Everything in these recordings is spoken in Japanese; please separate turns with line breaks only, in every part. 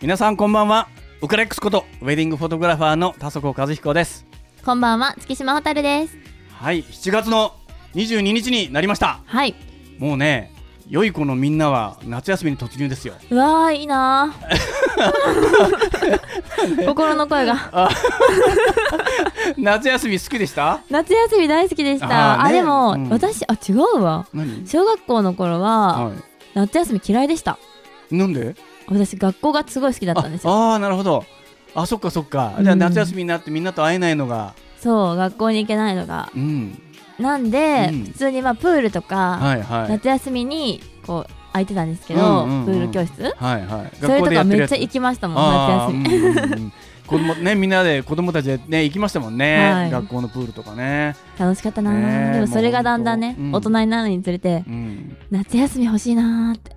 皆さんこんばんはウクレックスことウェディングフォトグラファーの田底和彦です
こんばんは、月島蛍です。
はい7月の22日になりました
はい。
もうね良い子のみんなは夏休みに突入 ですよ
うわー、い いなー。心の声が。
夏休み好きでした
夏休み大好きでした。
あ
あ,、
ーね
でも、
うん
私、あ、違うわ。
何
小学校の頃は、
は
夏休み嫌いでした。
いなんで
私、学校がすごい好きだったんですよ。
ああーなるほどあそっかそっかじゃあ
うん
夏休みになってみんなと会えないのが
そう、学校に行けないのが。
うん
なんで、
うん
普通に、まあ、プールとか、
はいはい
夏休みに、こう、空いてたんですけど、
うんうんうん
プール教室
はいはい
それとかめっちゃ
行
行きましたもん、夏
あ
休み。
ーうんうんうん 子供ねみんなで子供たちでね行きましたもんね、
はい
学校のプールとかね、
楽しかったなー、
ねえ
でも、それがだんだ
も
んね
う、本当
大人になるにつれて、
うん、
夏休み欲しいなーって。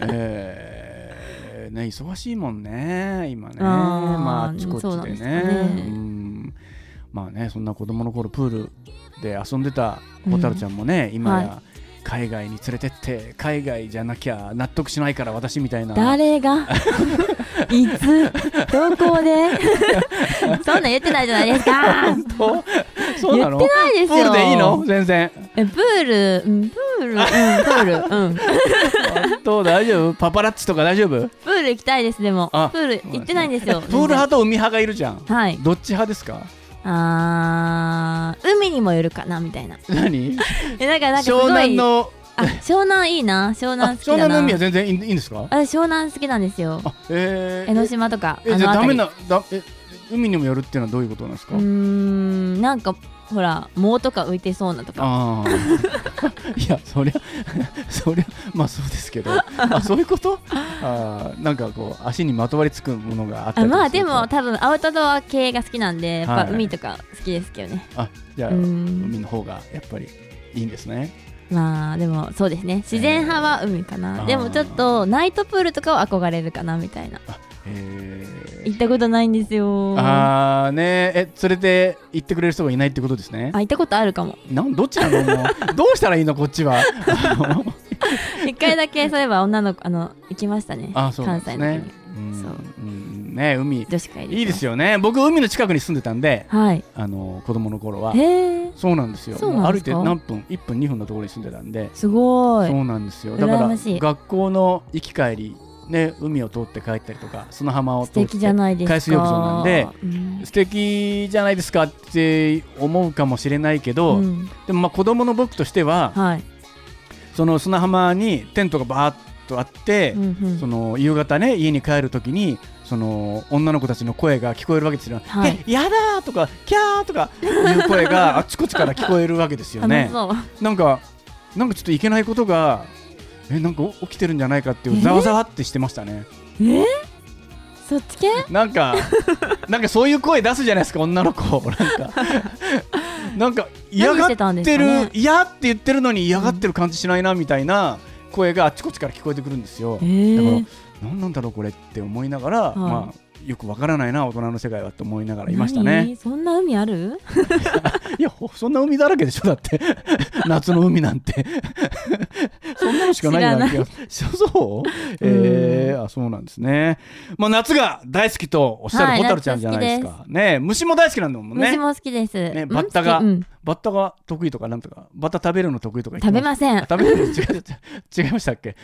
えーね忙しいもんね今ね
あー
まああっちこっち
そうなん
で
ですか
ね
ね
うんまあねそんな子供の頃プールで遊んでた蛍ちゃんもね、今や、
は
海外に連れてって海外じゃなきゃ納得しないから私みたいな
誰 がいつどこでそんなん言ってないじゃないですか
本当 そうなの
言ってないです
プ
よ
ールでいいの全然
えプールうんプールうんプールうんプ
本当大丈夫パパラッチとか大丈夫
ール行きたいですでもプ
あ
ール行ってないんですよ
プール派と海派がいるじゃん。
はい
どっち派ですか？
あー海にもよるかなみたいな
何？
えなんかなんかすごい
湘南の
あ湘南いいな湘
あ
南好き
湘
だ
南
な
の海は全然いいんいいんですか？
私湘南好きなんですよ
あ、えー、
江ノ島とか
え
あ
じ
の
ゃあダメ
辺りう
なだえ海にもよるっていうのはどういうことなんですか？
ーんなんかほら藻とか浮いてそうなとか
ああ いやそりゃそりゃまあそうですけど あそういうことあーなんかこう足にまとわりつくものがあった
あ
りと
ま
か
あ
する
で
と
も多分アウトドア系が好きなんでやっ
は
ぱ
い
海とか好きですけどね、
あじゃあ
うん
海の方がやっぱりいいんですね
まあでもそうですね自然派は海かな、
えー
でもちょっとナイトプールとかは憧れるかなみたいな
えー
行ったことないんですよあ
あーねえ連れて行ってくれる人がいないってことですね
行ったことあるかも
なんどっちなのもうどうしたらいいのこっち は
一回だけそういえば女の子あの行きましたね
あそうなん
関
で
西
すねう
の時に
ん
そうん
ね海い
女子会
いです
よ
よね僕海の近くに住んでたんで
はい
あの子供の頃は
へえー、
そうなんですよ
そうなんですか
もう歩いて何分1分2分のところに住んでたんです
ご
そ
いう
なんですよだから
羨ましい
学校の行き帰りね海を通って帰ったりとか砂浜を
素
通って
敵じゃないですか
海水浴場なんで
うん
素敵じゃないですかって思うかもしれないけど、
うん
でもまあ子供の僕としては
はい、
その砂浜にテントがバーッとあって、
うんうん
その夕方ね家に帰るときにその女の子たちの声が聞こえるわけですよ。
はい
えやだーとかキャーとかいう声 があちこちから聞こえるわけですよ
楽し
ね。
そう
なんかなんかちょっといけないことがえなんか起きてるんじゃないかっていうざわざわってしてましたね。
えー、そっち系
なん かなんかそういう声出すじゃないですか女の子なんか なんか嫌がっ
何してたんで
って
すか
る、
ね
嫌って言ってるのに嫌がってる感じしないなみたいな声があっちこっちから聞こえてくるんですよ。
え
だから
ー、
何なんだろうこれって思いながら、
い
まあよくわからないな大人の世界はって思いながらいましたね。
何そんな海ある
いやほそんな海だらけでしょだって夏の海なんてそんなのしかないような気がそうそうえーあそうなんですね。まあ夏が大好きとおっしゃ
は
る
い
蛍ちゃんじゃないですか。ね虫も大好きなんだもん
虫
ね。
も好きです。
ね
うん
バッタが
好きうん
バッタが得意とかなんとかバッタ食べるの得意とか言って
食べません。
食べる違う違う違いましたっけ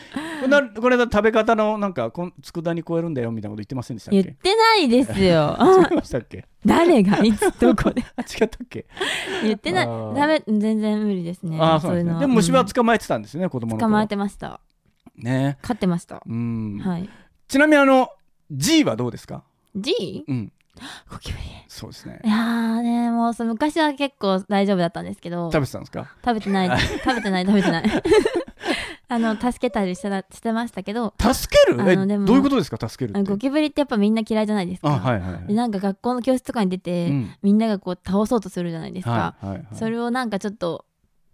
なこれだ食べ方のなんかこん佃煮超えるんだよみたいなこと言ってませんでしたっ
言っ
け
てないです よ。
違いましたっけ
誰がいつどこで
あ違ったっけ
言ってない。
あー
食べ全然無理ですね。
あーそうなん
い
です
の
ねでも虫は捕まえてたんですね子
う
供の
ん
頃
捕まえてました。
ね
飼ってました。
うん
はい。
ちなみにあの G はどうですか
G?
うん
ゴキブリ。
そうですね
いやーねもうそう昔は結構大丈夫だったんですけど
食べてたんですか
食べてない食べてない食べ てないあの助けたりしてたしてましたけど
助ける
あ
え
のでも
どういうことですか助ける
あ
っ
のゴ
て
キブリってやっぱみんな嫌いじゃないですか、
あはいはいはい
でなんか学校の教室とかに出て、
うん
みんながこう倒そうとするじゃないですか、
はいはいはい
それをなんかちょっと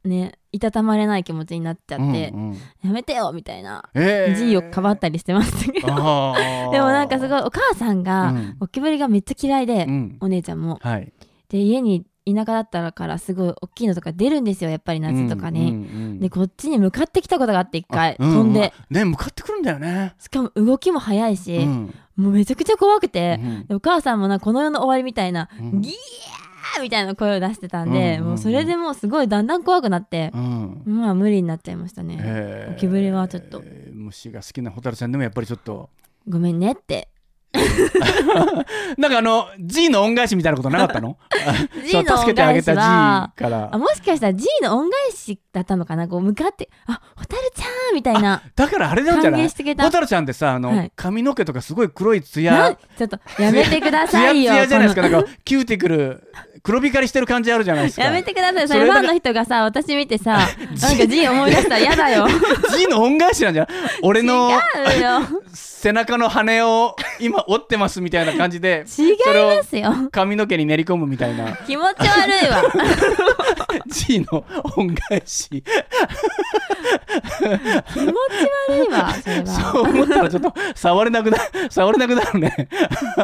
ねいたたまれない気持ちになっちゃって、
うんうん
やめてよみたいな
えー
G をかばったりしてましたけど、
あー
でもなんかすごいお母さんが、
うん
ゴキブリがめっちゃ嫌いで、
うん
お姉ちゃんも
はい
で家に田舎だったからすごい大きいのとか出るんですよやっぱり夏とかね、
うんうんうん
でこっちに向かってきたことがあって一
あ
回、
う
飛んで
うんね向かってくるんだよね、
しかも動きも速いし、
うん
もうめちゃくちゃ怖くて、
うん
でお母さんもなんかこの世の終わりみたいな、
うん
ギヤーみたいな声を出してたんで、
うんうんうん
もうそれでもうすごいだんだん怖くなって
う、ん
まあ無理になっちゃいましたね、
えー
ゴキブリはちょっと
えー虫が好きな蛍さんでもやっぱりちょっと
ごめんねって
なんかあの G の恩返しみたいなことなかった の
G の
助けてあげた G
恩
か
あ
ら
もしかしたら G の恩返しだったのかなこう向かって「あ蛍ちゃん」みたいな
だからあれなん
歓
じゃな
迎
い
してくれた
蛍ちゃんってさあの、
はい
髪の毛とかすごい黒いツ
な
ヤ
ちょっとやめてくだ
ツ
さ
ヤツ
いよ
ヤじゃないですか
こ
な
の
んかキューティクル黒光りしてる感じあるじゃないですか
やめてくださいそれ
それだ
ファ
け
ンの人 がさ私見てさなんか G 思い出したら嫌だよ
G の恩返しなんじゃない俺の
違うよ
背中の羽を今折ってますみたいな感じで
違いますよ
髪の毛に練り込むみたいな
気持ち悪いわ
G の恩返し
気持ち悪いわ それは
そう思ったらちょっと触れなくな触れなくなるね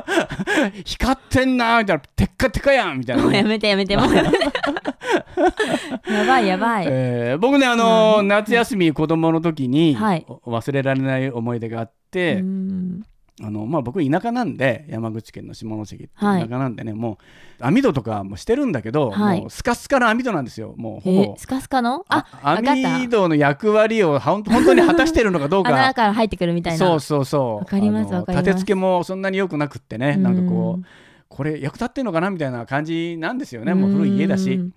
光ってんなーみたいなテッカテカやんみたい
も
な
うや
ね、
めてやめてもうやめて やばいやばい、
えー僕ねあのー夏休み子供の時に、
はい
お忘れられない思い出があっ
う
て、
ん
あのまあ、僕田舎なんで山口県の下関って
は
田
い
舎なんでね、もう網戸とかもしてるんだけど、
はい
もうスカスカの網戸なんですよもうほ
え
ぼ。
スカスカのあわかった
網戸の役割をほん本当に果たしてるのかどう か
穴から入ってくるみたいな
そうそうそう
わかります
あの
わかります
立て付けもそんなに良くなくってね
うん
なんかこうこれ役立ってんのかなみたいな感じなんですよねもう古い家だし、
ん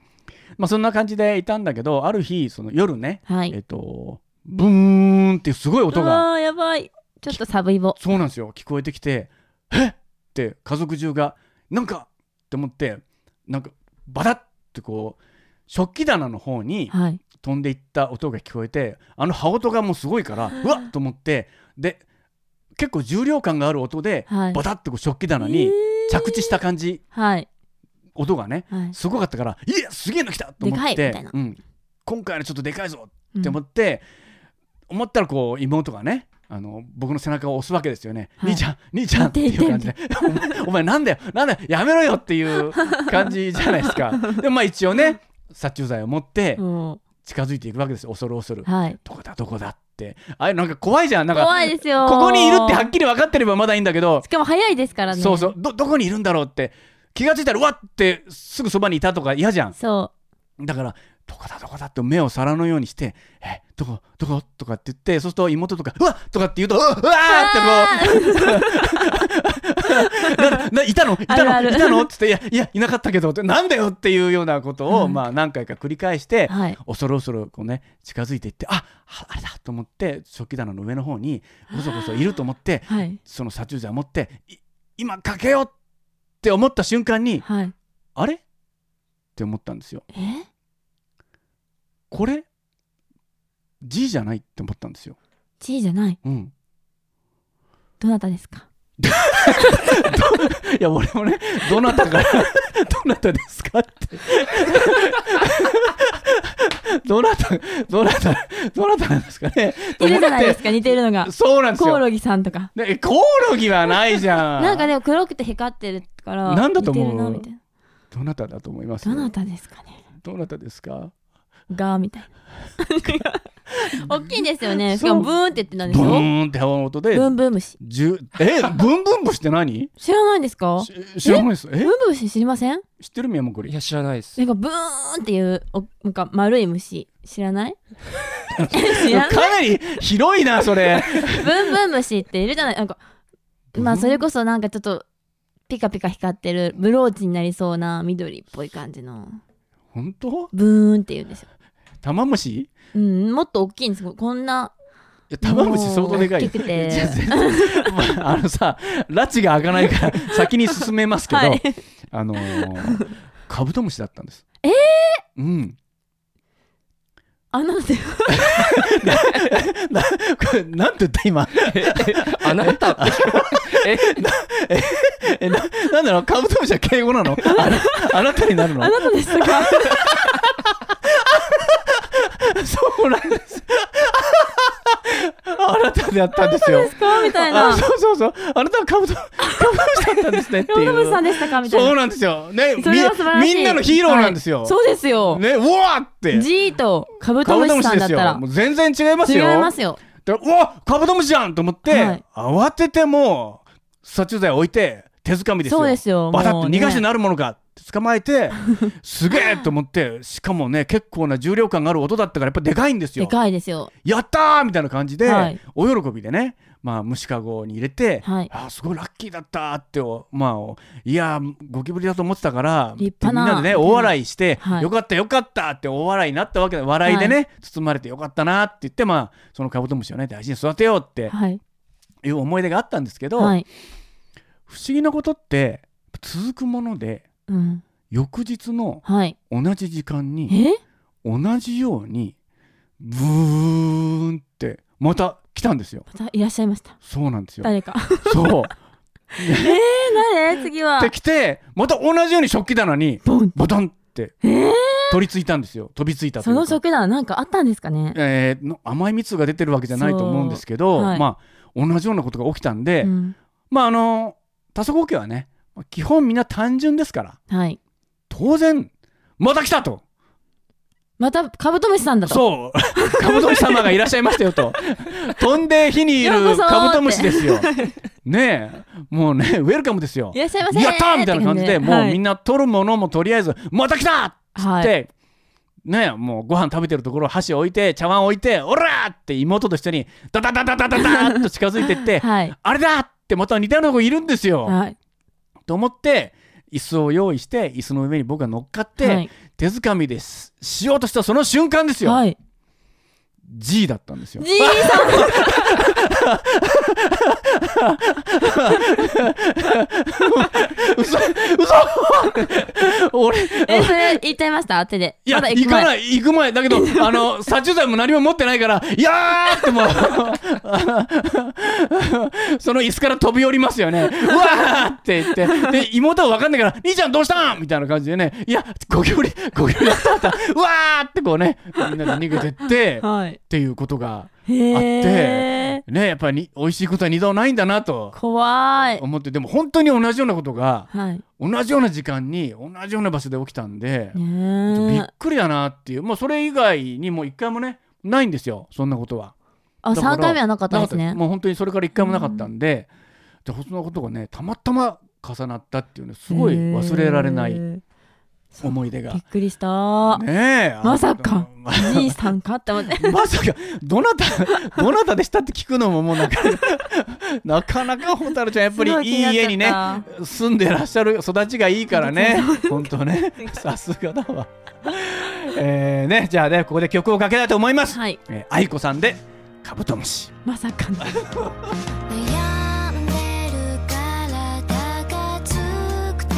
まあ、そんな感じでいたんだけどある日その夜ね、
はい
えっとブーンってすごい音が
あーやばいちょっとサブイボ
そうなんですよ聞こえてきて「えっ!」って家族中が「なんか!」って思ってなんかバタッてこう食器棚の方に
はい
飛んでいった音が聞こえてあの羽音がもうすごいからうわっと思ってで結構重量感がある音で
はい
バタッとこう食器棚に着地した感じ
はい
音がね
はい
すごかったから「いやすげえの来た!」と思っ
でかい
て
みたいな
うん今回のちょっとでかいぞ
う
っ
ん
て思って、思ったらこう妹がねあの僕の背中を押すわけですよね「
はい
兄ちゃん兄ちゃん」っていう感じで「お前お前なんだよなんだよやめろよ」っていう感じじゃないですか でもまあ一応ね殺虫剤を持って
も
近づいていくわけですよ恐る恐る
うはい
どこだどこだってあれなんか怖いじゃんなんか
怖いですよ
ここにいるってはっきり分かってればまだいいんだけど
しかも早いですからね
そうそうどどこにいるんだろうって気がついたらうわってすぐそばにいたとか嫌じゃん
そ
だからどこだどこだって目を皿のようにして「えどこどこ?」とかって言ってそうすると妹とか「うわっ!」とかって言うと「うわうわー!」ってこう なないたのいたの
あるある
いたのって言って「いやいやいなかったけど」って「なんだよ!」っていうようなことを、
うん
まあ何回か繰り返して
う、はい
恐る恐るこうね近づいていって「あああれだ!」と思って食器棚の上の方にごそごそいると思って
はい
その殺虫剤を持ってい今かけようって思った瞬間に
はい
あれって思ったんですよ。
え
これ G じゃないって思ったんですよ。
G じゃない
うん、
どなたですか
いや俺もねどなた かどなたですかってどなたどなたどなたなんですかね
いるじゃないですすか似てるのが
そうなんです
コオ
よ。
ロギさんとか
ねコオロギはないじゃん。
なんかでも黒くて光ってるから
なんだと思う
似てるなみたいな
どなただと思います。
どなたですかね
どなたですか。
がみたい な大きいんですよねしか
そ
も
う
ブーンって言ってたん
ブ
ですよ
ーンって音で
ブンブン虫
じゅえブンブンブして何？
知らないんですか
し知らないです。
ブ
え
ンブン虫知りません
知ってる宮本
い
り。
や知らないです
なんかブーンっていうおなんか丸い虫知 らない知らない
かなり広いなそれ。
ブンブン虫っているじゃないなんかまあ
ブン
それこそなんかちょっとピカピカ光ってるブローチになりそうな緑っぽい感じの
本当？
ブーンって言うんですよ、
玉虫？
うん、もっと大きいんですこんない
や玉虫相当でかいよ
大き くて
いや全然まあ、あのさ拉致が開かないから先に進めますけど、
はい
あのーカブトムシだったんです
え
うん
あなんで
な これなんて言った今
あなたって
えななんだろうカブトムシは敬語なのあなあなたになるの
あなたですか
そうなんですあなたでやったんですよ。
かみたい
あ
な。
そうそうそう。あなたはカブト、カブトムシだったんですねってい
ロブさん
う。
でしたかみたい
そう
な。
なんですよ。ね、み
それは素晴らしい。
みんなのヒーローなんですよ
はい。そうですよ。
ね、うわーって。
ジーとカブ
カ
ト
ブト
ムシ
ムシ
さん
で
だっ
す
た
よ。
ら
もう全然違います
違い
よ。
ますよ。
だからうわカブトムシじゃんと思って、
はい
慌ててもう殺虫剤置いて手づかみですよ
そうですよ
バタッ
も
と
うね
逃がしてなるものかって捕まえ てすげえと思ってしかもね結構な重量感がある音だったからやっぱでかいんです
で
よ
かいですよ。
やったーみたいな感じで、
はい
お喜びでねまあ虫かごに入れて、
はい
あーすごいラッキーだったーっておまあおいやーゴキブリだと思ってたから
立派な
みんなでね大笑いして、
はい
よかったよかったって大笑いになったわけで笑いでね、
は
包まれてよかったなって言ってまあそのカブトムシをね大事に育てようって
はい。
いう思い出があったんですけど、
はい。
不思議なことって続くもので
うん。
翌日の
はい。
同じ時間に
え
同じようにブーンってまた来たんですよ。
またいらっしゃいました。
そうなんですよ。
誰か。
そう。
誰次は
で。来てまた同じように食器棚に
ボン。
ボタンって
えー
取り付いたんですよ。飛びついたと
そ
いうか
の食段なんかあったんですかね。
えーの甘い蜜が出てるわけじゃないと思うんですけど、
そうはい
まあ同じようなことが起きたんで、
うん
まああの多足合家はね基本みんな単純ですから
はい。
当然また来たと
またカブトムシさんだと。
そう カブトムシ様がいらっしゃいましたよと飛んで火にい
よう
る
こそーって
カブトムシですよねえもうねウェルカムですよ
いらっしゃいませー
やったーみたいな感じで
って
もうみん
な
な取るものもとりあえずまた来たっつっ
はい。
てねえもうご飯食べてるところ箸置いて茶碗置いて「オラ!」って妹と一緒にダダダダダダダーっと近づいてって
はい。
あれだってまた似たような子いるんですよ。
はい。
と思って椅子を用意して椅子の上に僕が乗っかって、
はい。
手づかみですしようとしたその瞬間ですよ、
はい。
G だったんですよ。
じいさん。
嘘嘘俺
え、それ言っちゃいました手で。
いや、
まだ
行か
い。
ない、行く前。だけど、あの、殺虫剤も何も持ってないから、いやーってもう、 その椅子から飛び降りますよね。うわーって言って、で、妹は分かんないから、兄ちゃんどうしたんみたいな感じでね、いや、ゴキブリ、ゴキブリだったった、うわーってこうね、みんなで逃げてって、っ
はい。
ていうことが、
へえ。
ね、やっぱりに美味しいことは二度ないんだなと
怖い。
思って、でも本当に同じようなことが、
はい。
同じような時間に、同じような場所で起きたんで、び
ね
っ
え。
くりだなっていう、もうそれ以外にもう一回もね、ないんですよ、そんなことは。
あ、
だから
三回目はなかったで
な
す
か
ね。
もう本当にそれから一回もなかったんで、でそんなことがね、たまたま重なったっていうね、すごい忘れられな
へ
い
ー
思い出が
びっ。くりした。
ねえ、
まさか
あの。
じいさんかって思っ て。
まさか、どなた、どなたでしたって聞くのももうなんか、 なかなか蛍ちゃん、やっぱり
すごい
い
気に
い
なっちゃった
家にね、住んでらっしゃる育ちがいいからね、本当ね、さすがだわ。えーね、じゃあね、ここで曲をかけたいと思います。
はい。
えー、愛子さんでカブトムシ
まさかの。
「悩んでる体がつくて」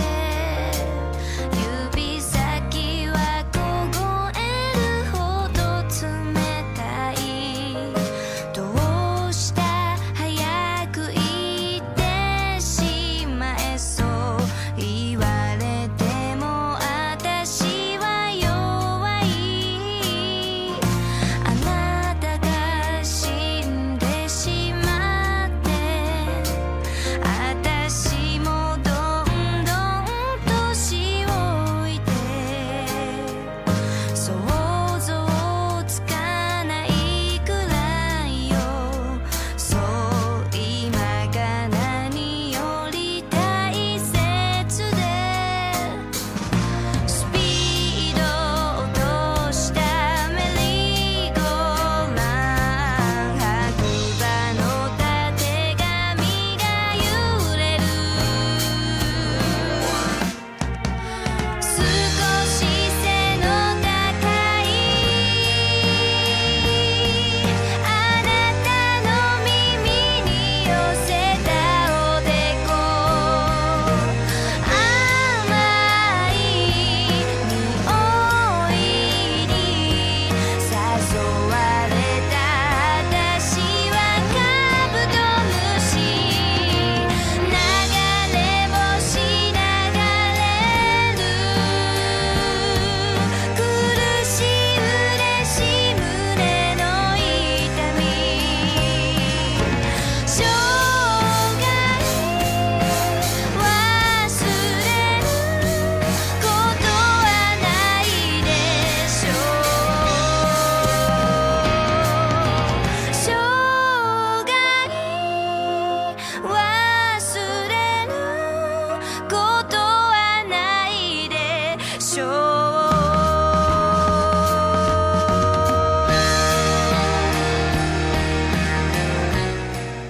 「指先は凍えるほど冷たい」「どうした早く言ってしまえそう」「言われても私は弱い」「あなたが死んでしまって」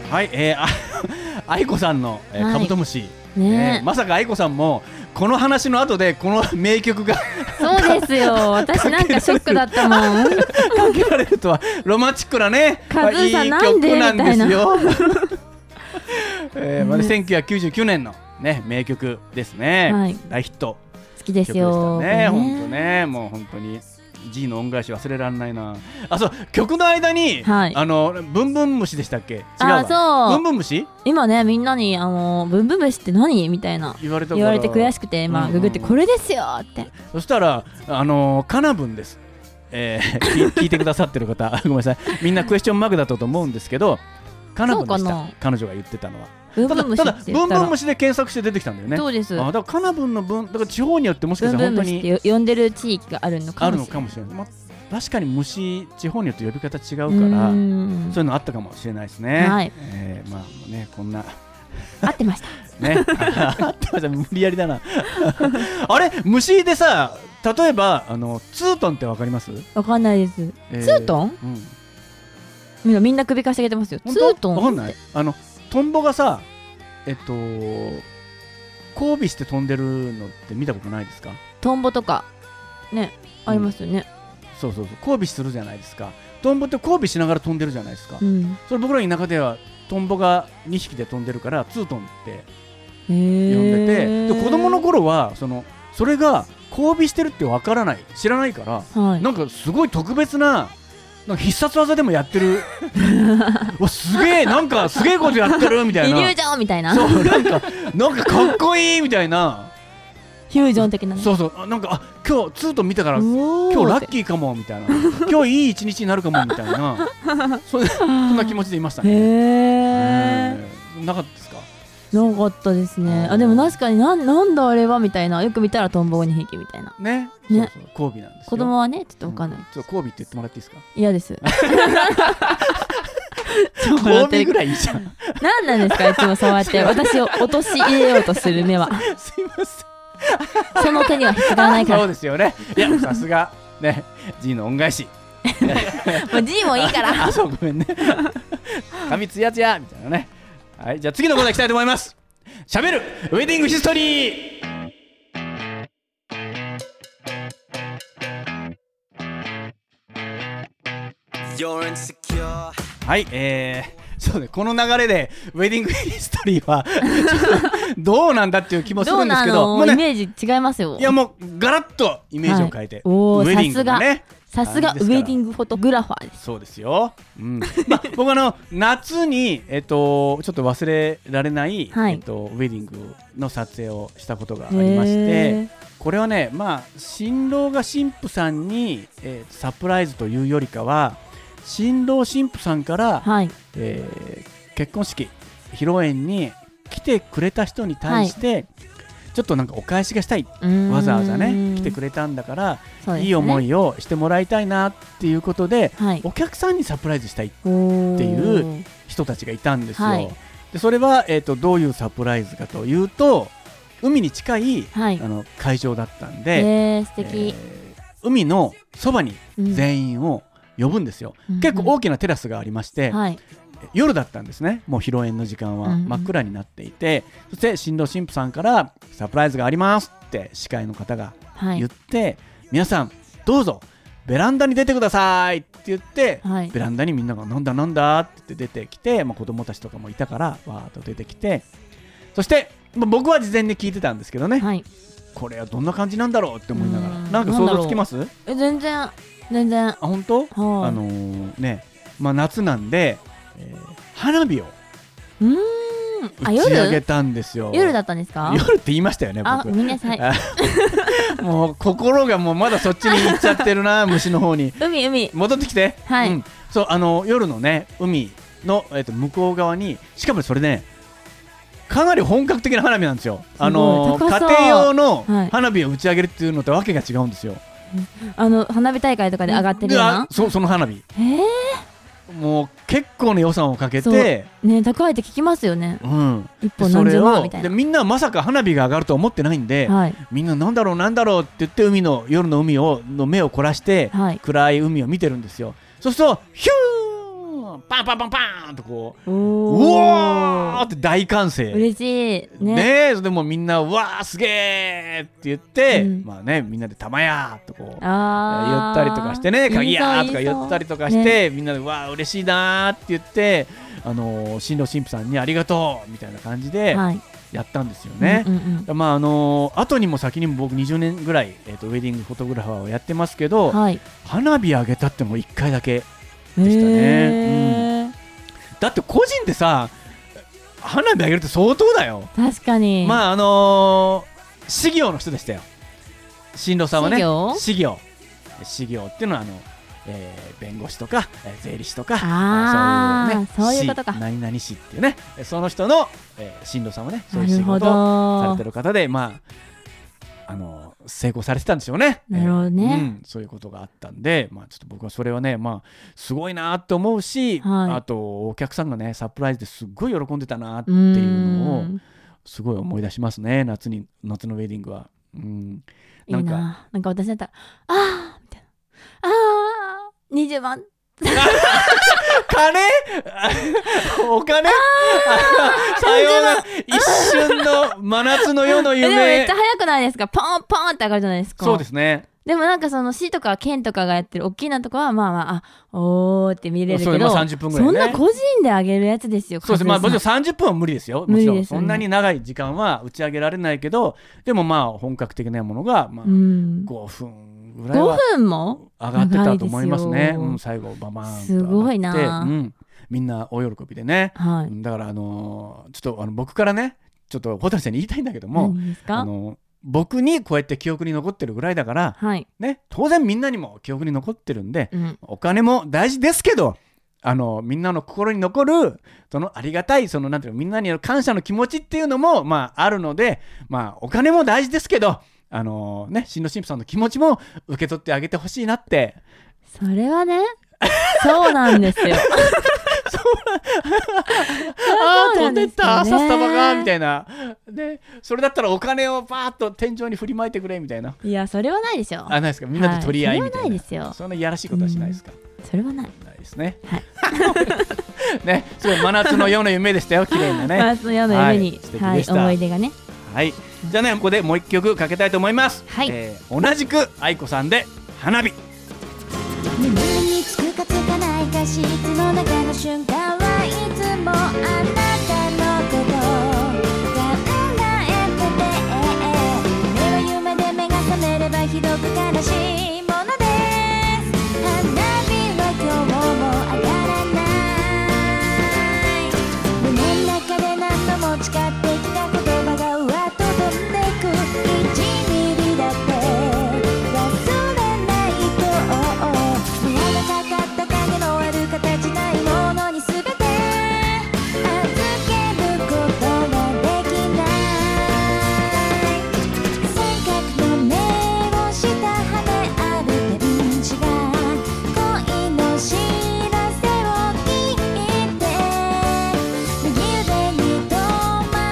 はい、えー、あ 愛子さんの、えー
はい
カブトムシ、
ねえ
ねまさか愛子さんもこの話の後でこの名曲が
そうですよ。私なんかショックだったもん。
かけられるとはロマンチックなね、
カズーさん
まあいい曲なんですよ。 えーまあね
ね
1999年の、ね、名曲ですね、
はい
大ヒット
好きで
曲でし
す
た
よ。
ね本当ねもう本当に G の恩返し忘れられないなあそう曲の間に、
はい
あのブンブン虫でしたっけ違う
あ
わ
そ
ブ
う
ンブン虫
今ねみんなにあのブンブン虫って何みたいな
言われたから
言われて悔しくてま
う
あ
んうん
ググってこれですよって。
そしたら、あのー、カナブンです。えー、き 聞いてくださってる方、ごめんなさい。みんなクエスチョンマークだったと思うんですけど、カナブンでし
そうか
た
な。
彼女が言ってたのは。
ブン
た
ブ
だ、
ン虫
ただ
っ、て
ブ
言
ン
った
ブン
ら。
虫で検索して出てきたんだよね。
そうです。
あだからカナブンの分、だから地方によってもしかし
ブ
た
ン
ら
ブ
本
ン
当
虫っ
に
てよ呼んでる地域があるの
あ
か
るの
もし
か
れない
も。しれない。まあ、確かに虫、地方によって呼び方違うから、
うん
そういうのあったかもしれないですね。
はい
えーまあね、こんな。
合ってました。
ね、あってました無理やりだな あれ虫でさ例えばあのツートンってわかります、
わかんないです。
え
ツートン？
うん
みんなみんな首かしげてますよ。ツ
本当
ートン。
わかんない
って。
あのトンボがさえっと交尾して飛んでるのって見たことないですか
トンボとかねありますよね。
そうそうそう交尾するじゃないですかトンボって交尾しながら飛んでるじゃないですか、
うん。
それ僕らの中ではトンボが2匹で飛んでるからツートンって
呼
呼
ん
んでて、で子供の。頃はそのそれが交尾してるってわからない知らないから
はい。
なんかすごい特別ななんか必殺技でもやって るうわすげえなんかすげえことやってるみたい
イリ
な
ュージョンみたいな。
そうなんかなんかかっこいいみたいな
フュージョン的なね。
そうそうあなんかあ今日ツートン見たから今
今
日ラッキーかもみたいな今日いい一日になるかもみたいなそんそんな気持ちでいました
へ
ね、
え。
えーなかったですか
なかったですね。あでも確かになんなんだあれはみたいな。よく見たらトンボが2匹みたいな。
ねそう
ね
そう交尾なんですよ
子供はねちょっとわかんない
うん。ちょっと交尾って言ってもらっていいですか
嫌です。
交尾ぐらいいいじゃん
なんなんですかいつもそうやって私を落とし入れようとする目は。
すいません
その手には引っかからないか
そ
ら。
う
も
ですよね。いや、さすが、ね、G の恩返し。
う G もいいから。
あ、 そう、ごめん ね。髪つやつやみたいなね。はい、じゃあ次のコーナー行きたいと思います。喋るウェディングヒストリーはい、えー、そうね、この流れで、ウェディングヒストリーは、 ちょっとどうなんだっていう気もす
ど
る
うん
です
な
けど、
の、
もう
イ
ね、
メージ違いますよ
い。やもうガラッとイメージを変えて、
はいおー
ウェディングのね
さすがウ
感じですから
ェディングフォトグラファーです。
そうですよ、 うんまあ、僕あの夏に、えっと、ちょっと忘れられない、
はい
えっと、ウェディングの撮影をしたことがありましてこれはね、まあ、新郎が新婦さんに、えーサプライズというよりかは新郎新婦さんから、
はい。
えー結婚式披露宴に来てくれた人に対して、ちょっとなんかお返しがしたいわざわざね来てく
れ。
れたんだから
そうですね
いい思。いをしてもらいたいなっていうことで、
はい。
お客さんにサプライズしたい
って
いう。人たちがいたんですよ。
はい
でそれは、えー、とどういうサプライズかというと海に近い、
はい
あ。の会場だったんで、
えー、素敵。
えー海のそばに全員を呼ぶんですよ。
うん
結構大きなテラスがありまして、
はい。
夜だったんですねもう披露宴の時間は
うんうん
真っ暗になっていて、そして新郎新婦さんから「サプライズがあります」って司会の方が
は
言
い
っ。て、皆さんどうぞベランダに出てくださいって言って、
はい
ベ。ランダにみんなが「なんだなんだ?」って出てきて、まあ、子供たちとかもいたからわーっと出てきてそして、まあ、僕は事前に聞いてたんですけどね、
はい。
これはどんな感じなんだろうって思いながら
うん
なんか想像つきますあ
え、全然、全然。はい。
本当あのーね、まあ、夏なんで、えー花火を
うーん。あ、
打ち上げ
夜
たんですよ
夜だったんですか
夜って言いましたよね
あ、ご
僕
めんなさい。
もう心がもうまだそっちに行っちゃってる な虫の方に
海、海。
戻ってきて、
はい
うん、そうあの夜のね海の、えっと向こう側にしかもそれねかなり本格的な花火なんですよあの
高
家
そう
庭用の
はい
花火を打ち上げるっていうのとわけが違うんですよ、
あの、花火大会とかで上がってるよう
あ
な。
そうその花火
え
もう結構な予算をかけて
ー、ね、蓄えて聞きますよね。
うん
一
で
本
そ
何
れ
十万
を
みたい
で
な。
みんなまさか花火が上がるとは思ってないんで、
はい。
みんななんだろうなんだろうって言って海の夜の海をの目を凝らして、
はい。
暗い海を見てるんですよそうするとヒューンンパンパンパンパーンとこ
お
うう
お
わーって大歓声
嬉しいね
ねえでもみんな「うわあすげえ!」って言って、
うん
まあねみんなで「玉や!」とこう言っ
あー
たりとかしてね「鍵や!」とか
いいぞいいぞ
言ったりとかして、みんなで「うわあ嬉しいな!」って言って、あのー新郎新婦さんに「ありがとう!」みたいな感じで
はい
やったんですよね。
うんうん
まああのー後にも先にも僕20年ぐらい、えー、とウェディングフォトグラファーをやってますけ
う
ど
んはい
花火あげたっても1回だけ
で
したねだって個人でさ花火あげるって相当だよ
確かにあ
まああのー、資業の人でしたよ新郎さんはね
私業
資業資業っていうのはあの、えー弁護士とか、えー税理士とか
あー
そういう
そ
ね
ういうことか
市何々市っていうねえその人の、えー新郎さんはねそう
な
いう仕
るほ
事をされ
ど
てる方でまああのー成功されてたんでしょうね。
なるほどね
えーうん、そういうことがあったんで、まあ、ちょっと僕はそれはね、まあ、すごいなって思うし、
はい
あとお客さんがねサプライズですっごい喜んでたなって
う
い
ーん
うのをすごい思い出しますね夏に夏のウェディングは。うん、
いい
なんか
ななんか私だったらあーみたいなあー20万
金 お金 さようなら一瞬の真夏の夜の
えでもめっ
夢
ちゃ早くないですかポンポンって上がるじゃないですか
そうですね
でもなんかその市とか県とかがやってる大きいなとこはまあまああおーって見れるけ
そ
ど
れまあ30分ぐらい
そ
ね
んな個人であげるやつですよ。
そうですねまあも
カ
ち
ズ
ろ
さ
ん30分は無理ですよもちろ
無理
ん、
ですよ
そ
ね
んなに長い時間は打ち上げられないけどでもまあ本格的なものがまあ
んうん。
5分ぐらい
5
は
分も
上がってたと思います
長いで
ね
すよ
うん、最後ババーンと
すごいな
上がってうん、みんな大喜びでね、
はい。
だからあのーちょっとあの僕からねちょっとホタルちゃんに言いたいんだけども、
何です
あ
か
の僕にこうやって記憶に残ってるぐらいだから、
はい。
ね、当然みんなにも記憶に残ってるんで
うん。
お金も大事ですけどあのみんなの心に残るそのありがたいそのなんていうのみんなにの感謝の気持ちっていうのも、まあ、あるので、まあ、お金も大事ですけどあの、ね、新郎新婦さんの気持ちも受け取ってあげてほしいなって
それはね、そうなんですよ。
あー
そう
飛
なんん
でっ
ですよね
たさスタバがみたいなでそれだったらお金をパーッと天井に振りまいてくれみたいない
や、それはないでしょ。
あないですかみんなで取り合いみたいな、
はいそれはないですよ
そんないやらしいことはしないですか、
それはない。
ないですね。
はい
ね、すごい真夏のような夢でしたよ、綺麗なね。
まあ、その世の夢
は
に
い素敵、
は
で
い、
した
思い出がね。
はい、じゃあね、ここでもう一曲かけたいと思います。
はい
えー同じく愛子さんで花火。
自分につくかつかないかしいつの中の瞬間はいつもあなたのこと考えてて夢は夢で目が覚めればひどく悲しいものです花火は今日も上がらない胸の中で何度も誓ってきた言葉がうわっと飛んでく1ミリだって忘れないと見られなかった影のある形ないものに全て預けることができない「三角の目をした羽で歩いてる道が恋の知らせを聞いて」「右腕に止ま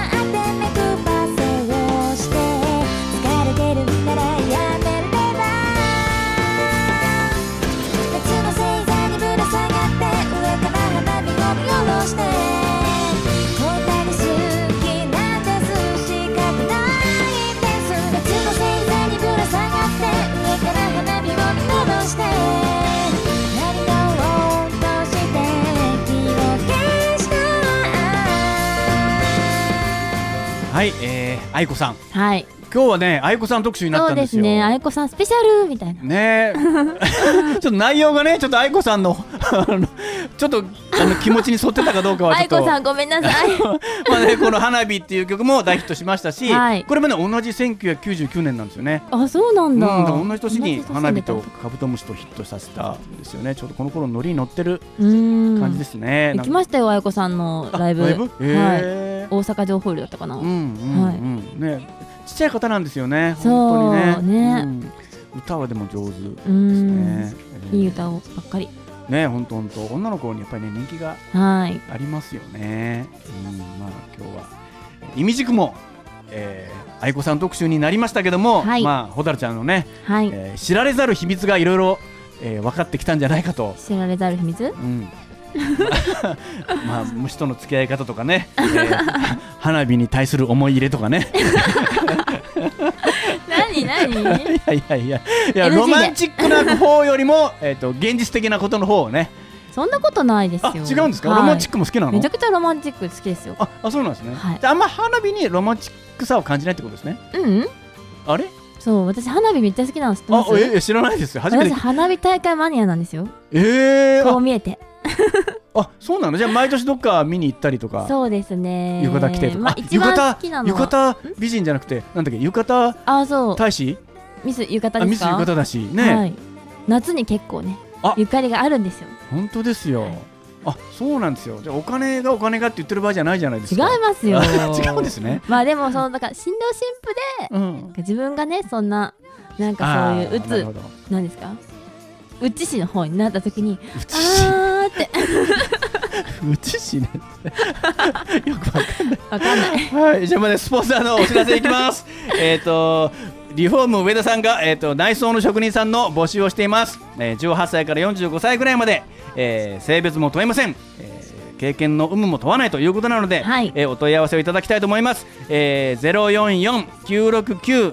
って目くばせをして」「疲れてるならやめれば」「夏の星座にぶら下がって上から花火を見下ろして」「こんなに好きなんです仕方ないんです」「夏の星座にぶら下がって上から花火を見下ろして」「何を落として気を消した」
はい、えー、愛子さん。
はい。
今日はね、愛子さん特集になっ
そ
た
うん
で
ですす
よ。
ね。あやこさんスペシャルみたいな。
ねえち ょっと内容がね、ちょっと愛子さんの あのちょっとあの気持ちに沿ってたかどうかは
あ
ちょ
や
っと。
こさん、ごめん なさい。
まあね、この「花火」っていう曲も大ヒットしましたし、
はい
これもね同じ1999年なんですよね。
あ、そうなん
うん、だ
だ。
から同じ年に
同じ
花火
出
と
た
カブトムシとヒットさせたんですよね。ちょっとこの頃ノリに乗ってる
うーん。。
感じですすね。
行きま
し
したよ、あやこさんのライブ。
ライブ？
はい。
へー
大阪城ホールだったかな。
うんうんうん。ね、ちっちゃい方なんですよね。
そう
本当にね。
ね
うん歌はでも上手で
う
す
ん
ね。。えー
いい歌をばっかり。
ね、本当本当。女の子にやっぱりね人気が
はい。
ありますよね。うん、まあ今日はえーいみじくも、えー、愛子さん特集になりましたけども、
はい
まあほたるちゃんのね、
はい。
えー知られざる秘密がいろいろえー分かってきたんじゃないかと。
知られざる秘密
うん、 まあ虫との付き合い方とかね、え ー花火に対する思い入れとかね
何何
いやいやいやいや
NG で
ロマンチックな方よりもえっと現実的なことの方をね
そんなことないですよ
あ違うんですか、
はい
ロマンチックも好きな
め
の
ちゃくちゃロマンチック好きですよ
ああそうなんですね、
はい
じゃああんま花火にロマンチックさを感じないってことですね
うんうん
あれ
そう私花火めっちゃ好きなの知ってま
あ
す
ええ知らないですよ初め
私
て
花火大会マニアなんですよ
えー、
こう
あ
見えて
あそうなのじゃあ毎年どっか見に行ったりとか
そうですね
浴衣着てとか、
まあ
あ
一番好きなのは
浴衣浴衣美人じゃなくてなんだっけ浴衣
あそう
大使
ミス浴
あ
衣で
ミ
す
ス
か
浴衣だしね、
はい、夏に結構ね
あ
ゆかりがあるんですよ
本当ですよ、
はい
あそうなんですよじゃあお金がお金がって言ってる場合じゃないじゃないです
違い
か
ます よ
違うんですね
まあでもそのだから新郎新婦
う
で
ん
自分がねそんななんかそういう
あー
う
なるほ
つ
ど
なんですかうち市の方になった時に
うちし
あーって
うちし ねよくわかんない
わかんない
はい、じゃあまずスポンサーのお知らせいき ます。えっと、リフォーム上田さんが、えっと内装の職人さんの募集をしています。えー、18歳から45歳ぐらいまで、えー性別も問いません。えー経験の有無も問わないということなので、
はい
えーお問い合わせをいただきたいと思います。えー、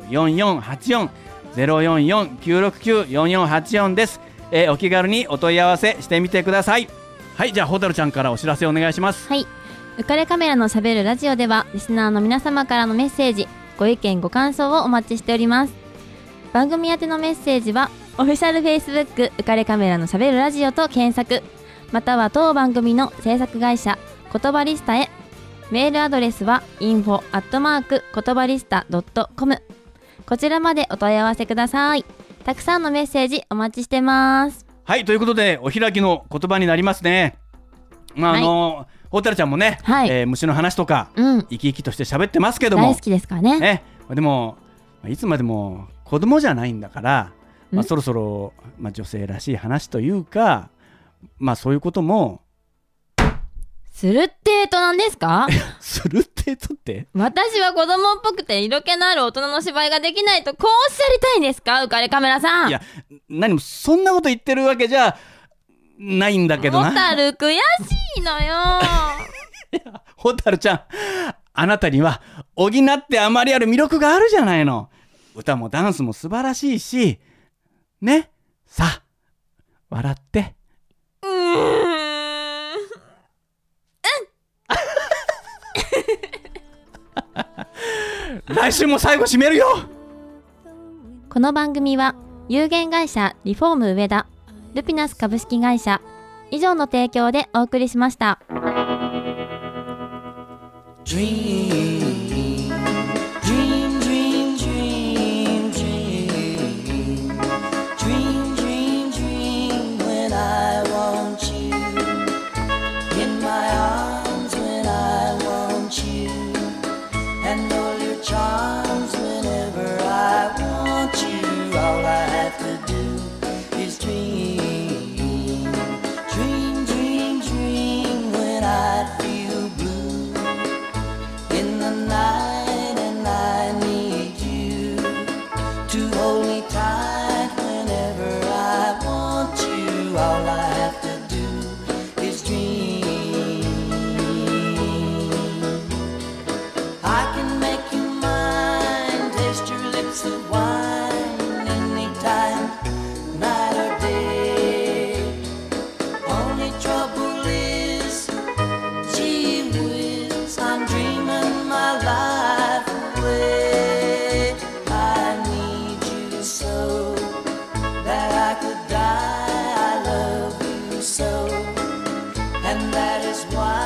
044-969-4484 044-969-4484です、えーお気軽にお問い合わせしてみてくださいはいじゃあ蛍ちゃんからお知らせお願いします
はい。浮かれカメラのしゃべるラジオでは、リスナーの皆様からのメッセージ、ご意見、ご感想をお待ちしております。番組宛てのメッセージは、オフィシャル Facebook 浮かれカメラのしゃべるラジオと検索、または当番組の制作会社、言葉リスタへ。メールアドレスは info アットマーク言葉リスタ .com こちらまでお問い合わせください。たくさんのメッセージお待ちしてます。
はい、ということで、お開きの言葉になりますね。まあ、
はい
あの、ほたるちゃんもね、
はい
えー虫の話とか、
うん。
生き生きとして喋ってますけど
大
も
好。きですからね。
ね、でも、まあいつまでも子供じゃないんだから、まあ、
ん
そろそろ、まあ、女性らしい話というか。まあ、そういうことも、
するってーとなんですか
するってとって。
私は子供っぽくて色気のある大人の芝居ができないとこうおっしゃりたいんですか浮かれカメラさん
いや何も、そんなこと言ってるわけじゃ。ないんだけど
ホタ
な。
ル悔しいのよ
ほたるちゃん。あなたには補ってあまりある魅力があるじゃないの歌もダンスも素晴らしいしねさあ笑って
うーん
来週も最後締めるよ
この番組は有限会社リフォーム上田ルピナス株式会社以上の提供でお送りしました。
Dream, dream, dream when I want you. In my arms when I want you. And all your charms whenever I want you. All I have to do is dream. Dream, dream, dream when I feel blue. In the night and I need you to hold me tight whenever I want you. All I have to do is dream. I can make you mine, taste your lips of wine anytime, night or day. Only trouble is, gee whiz, I'm dreaming my life away. I need you so that I could die. I love you so, and that is why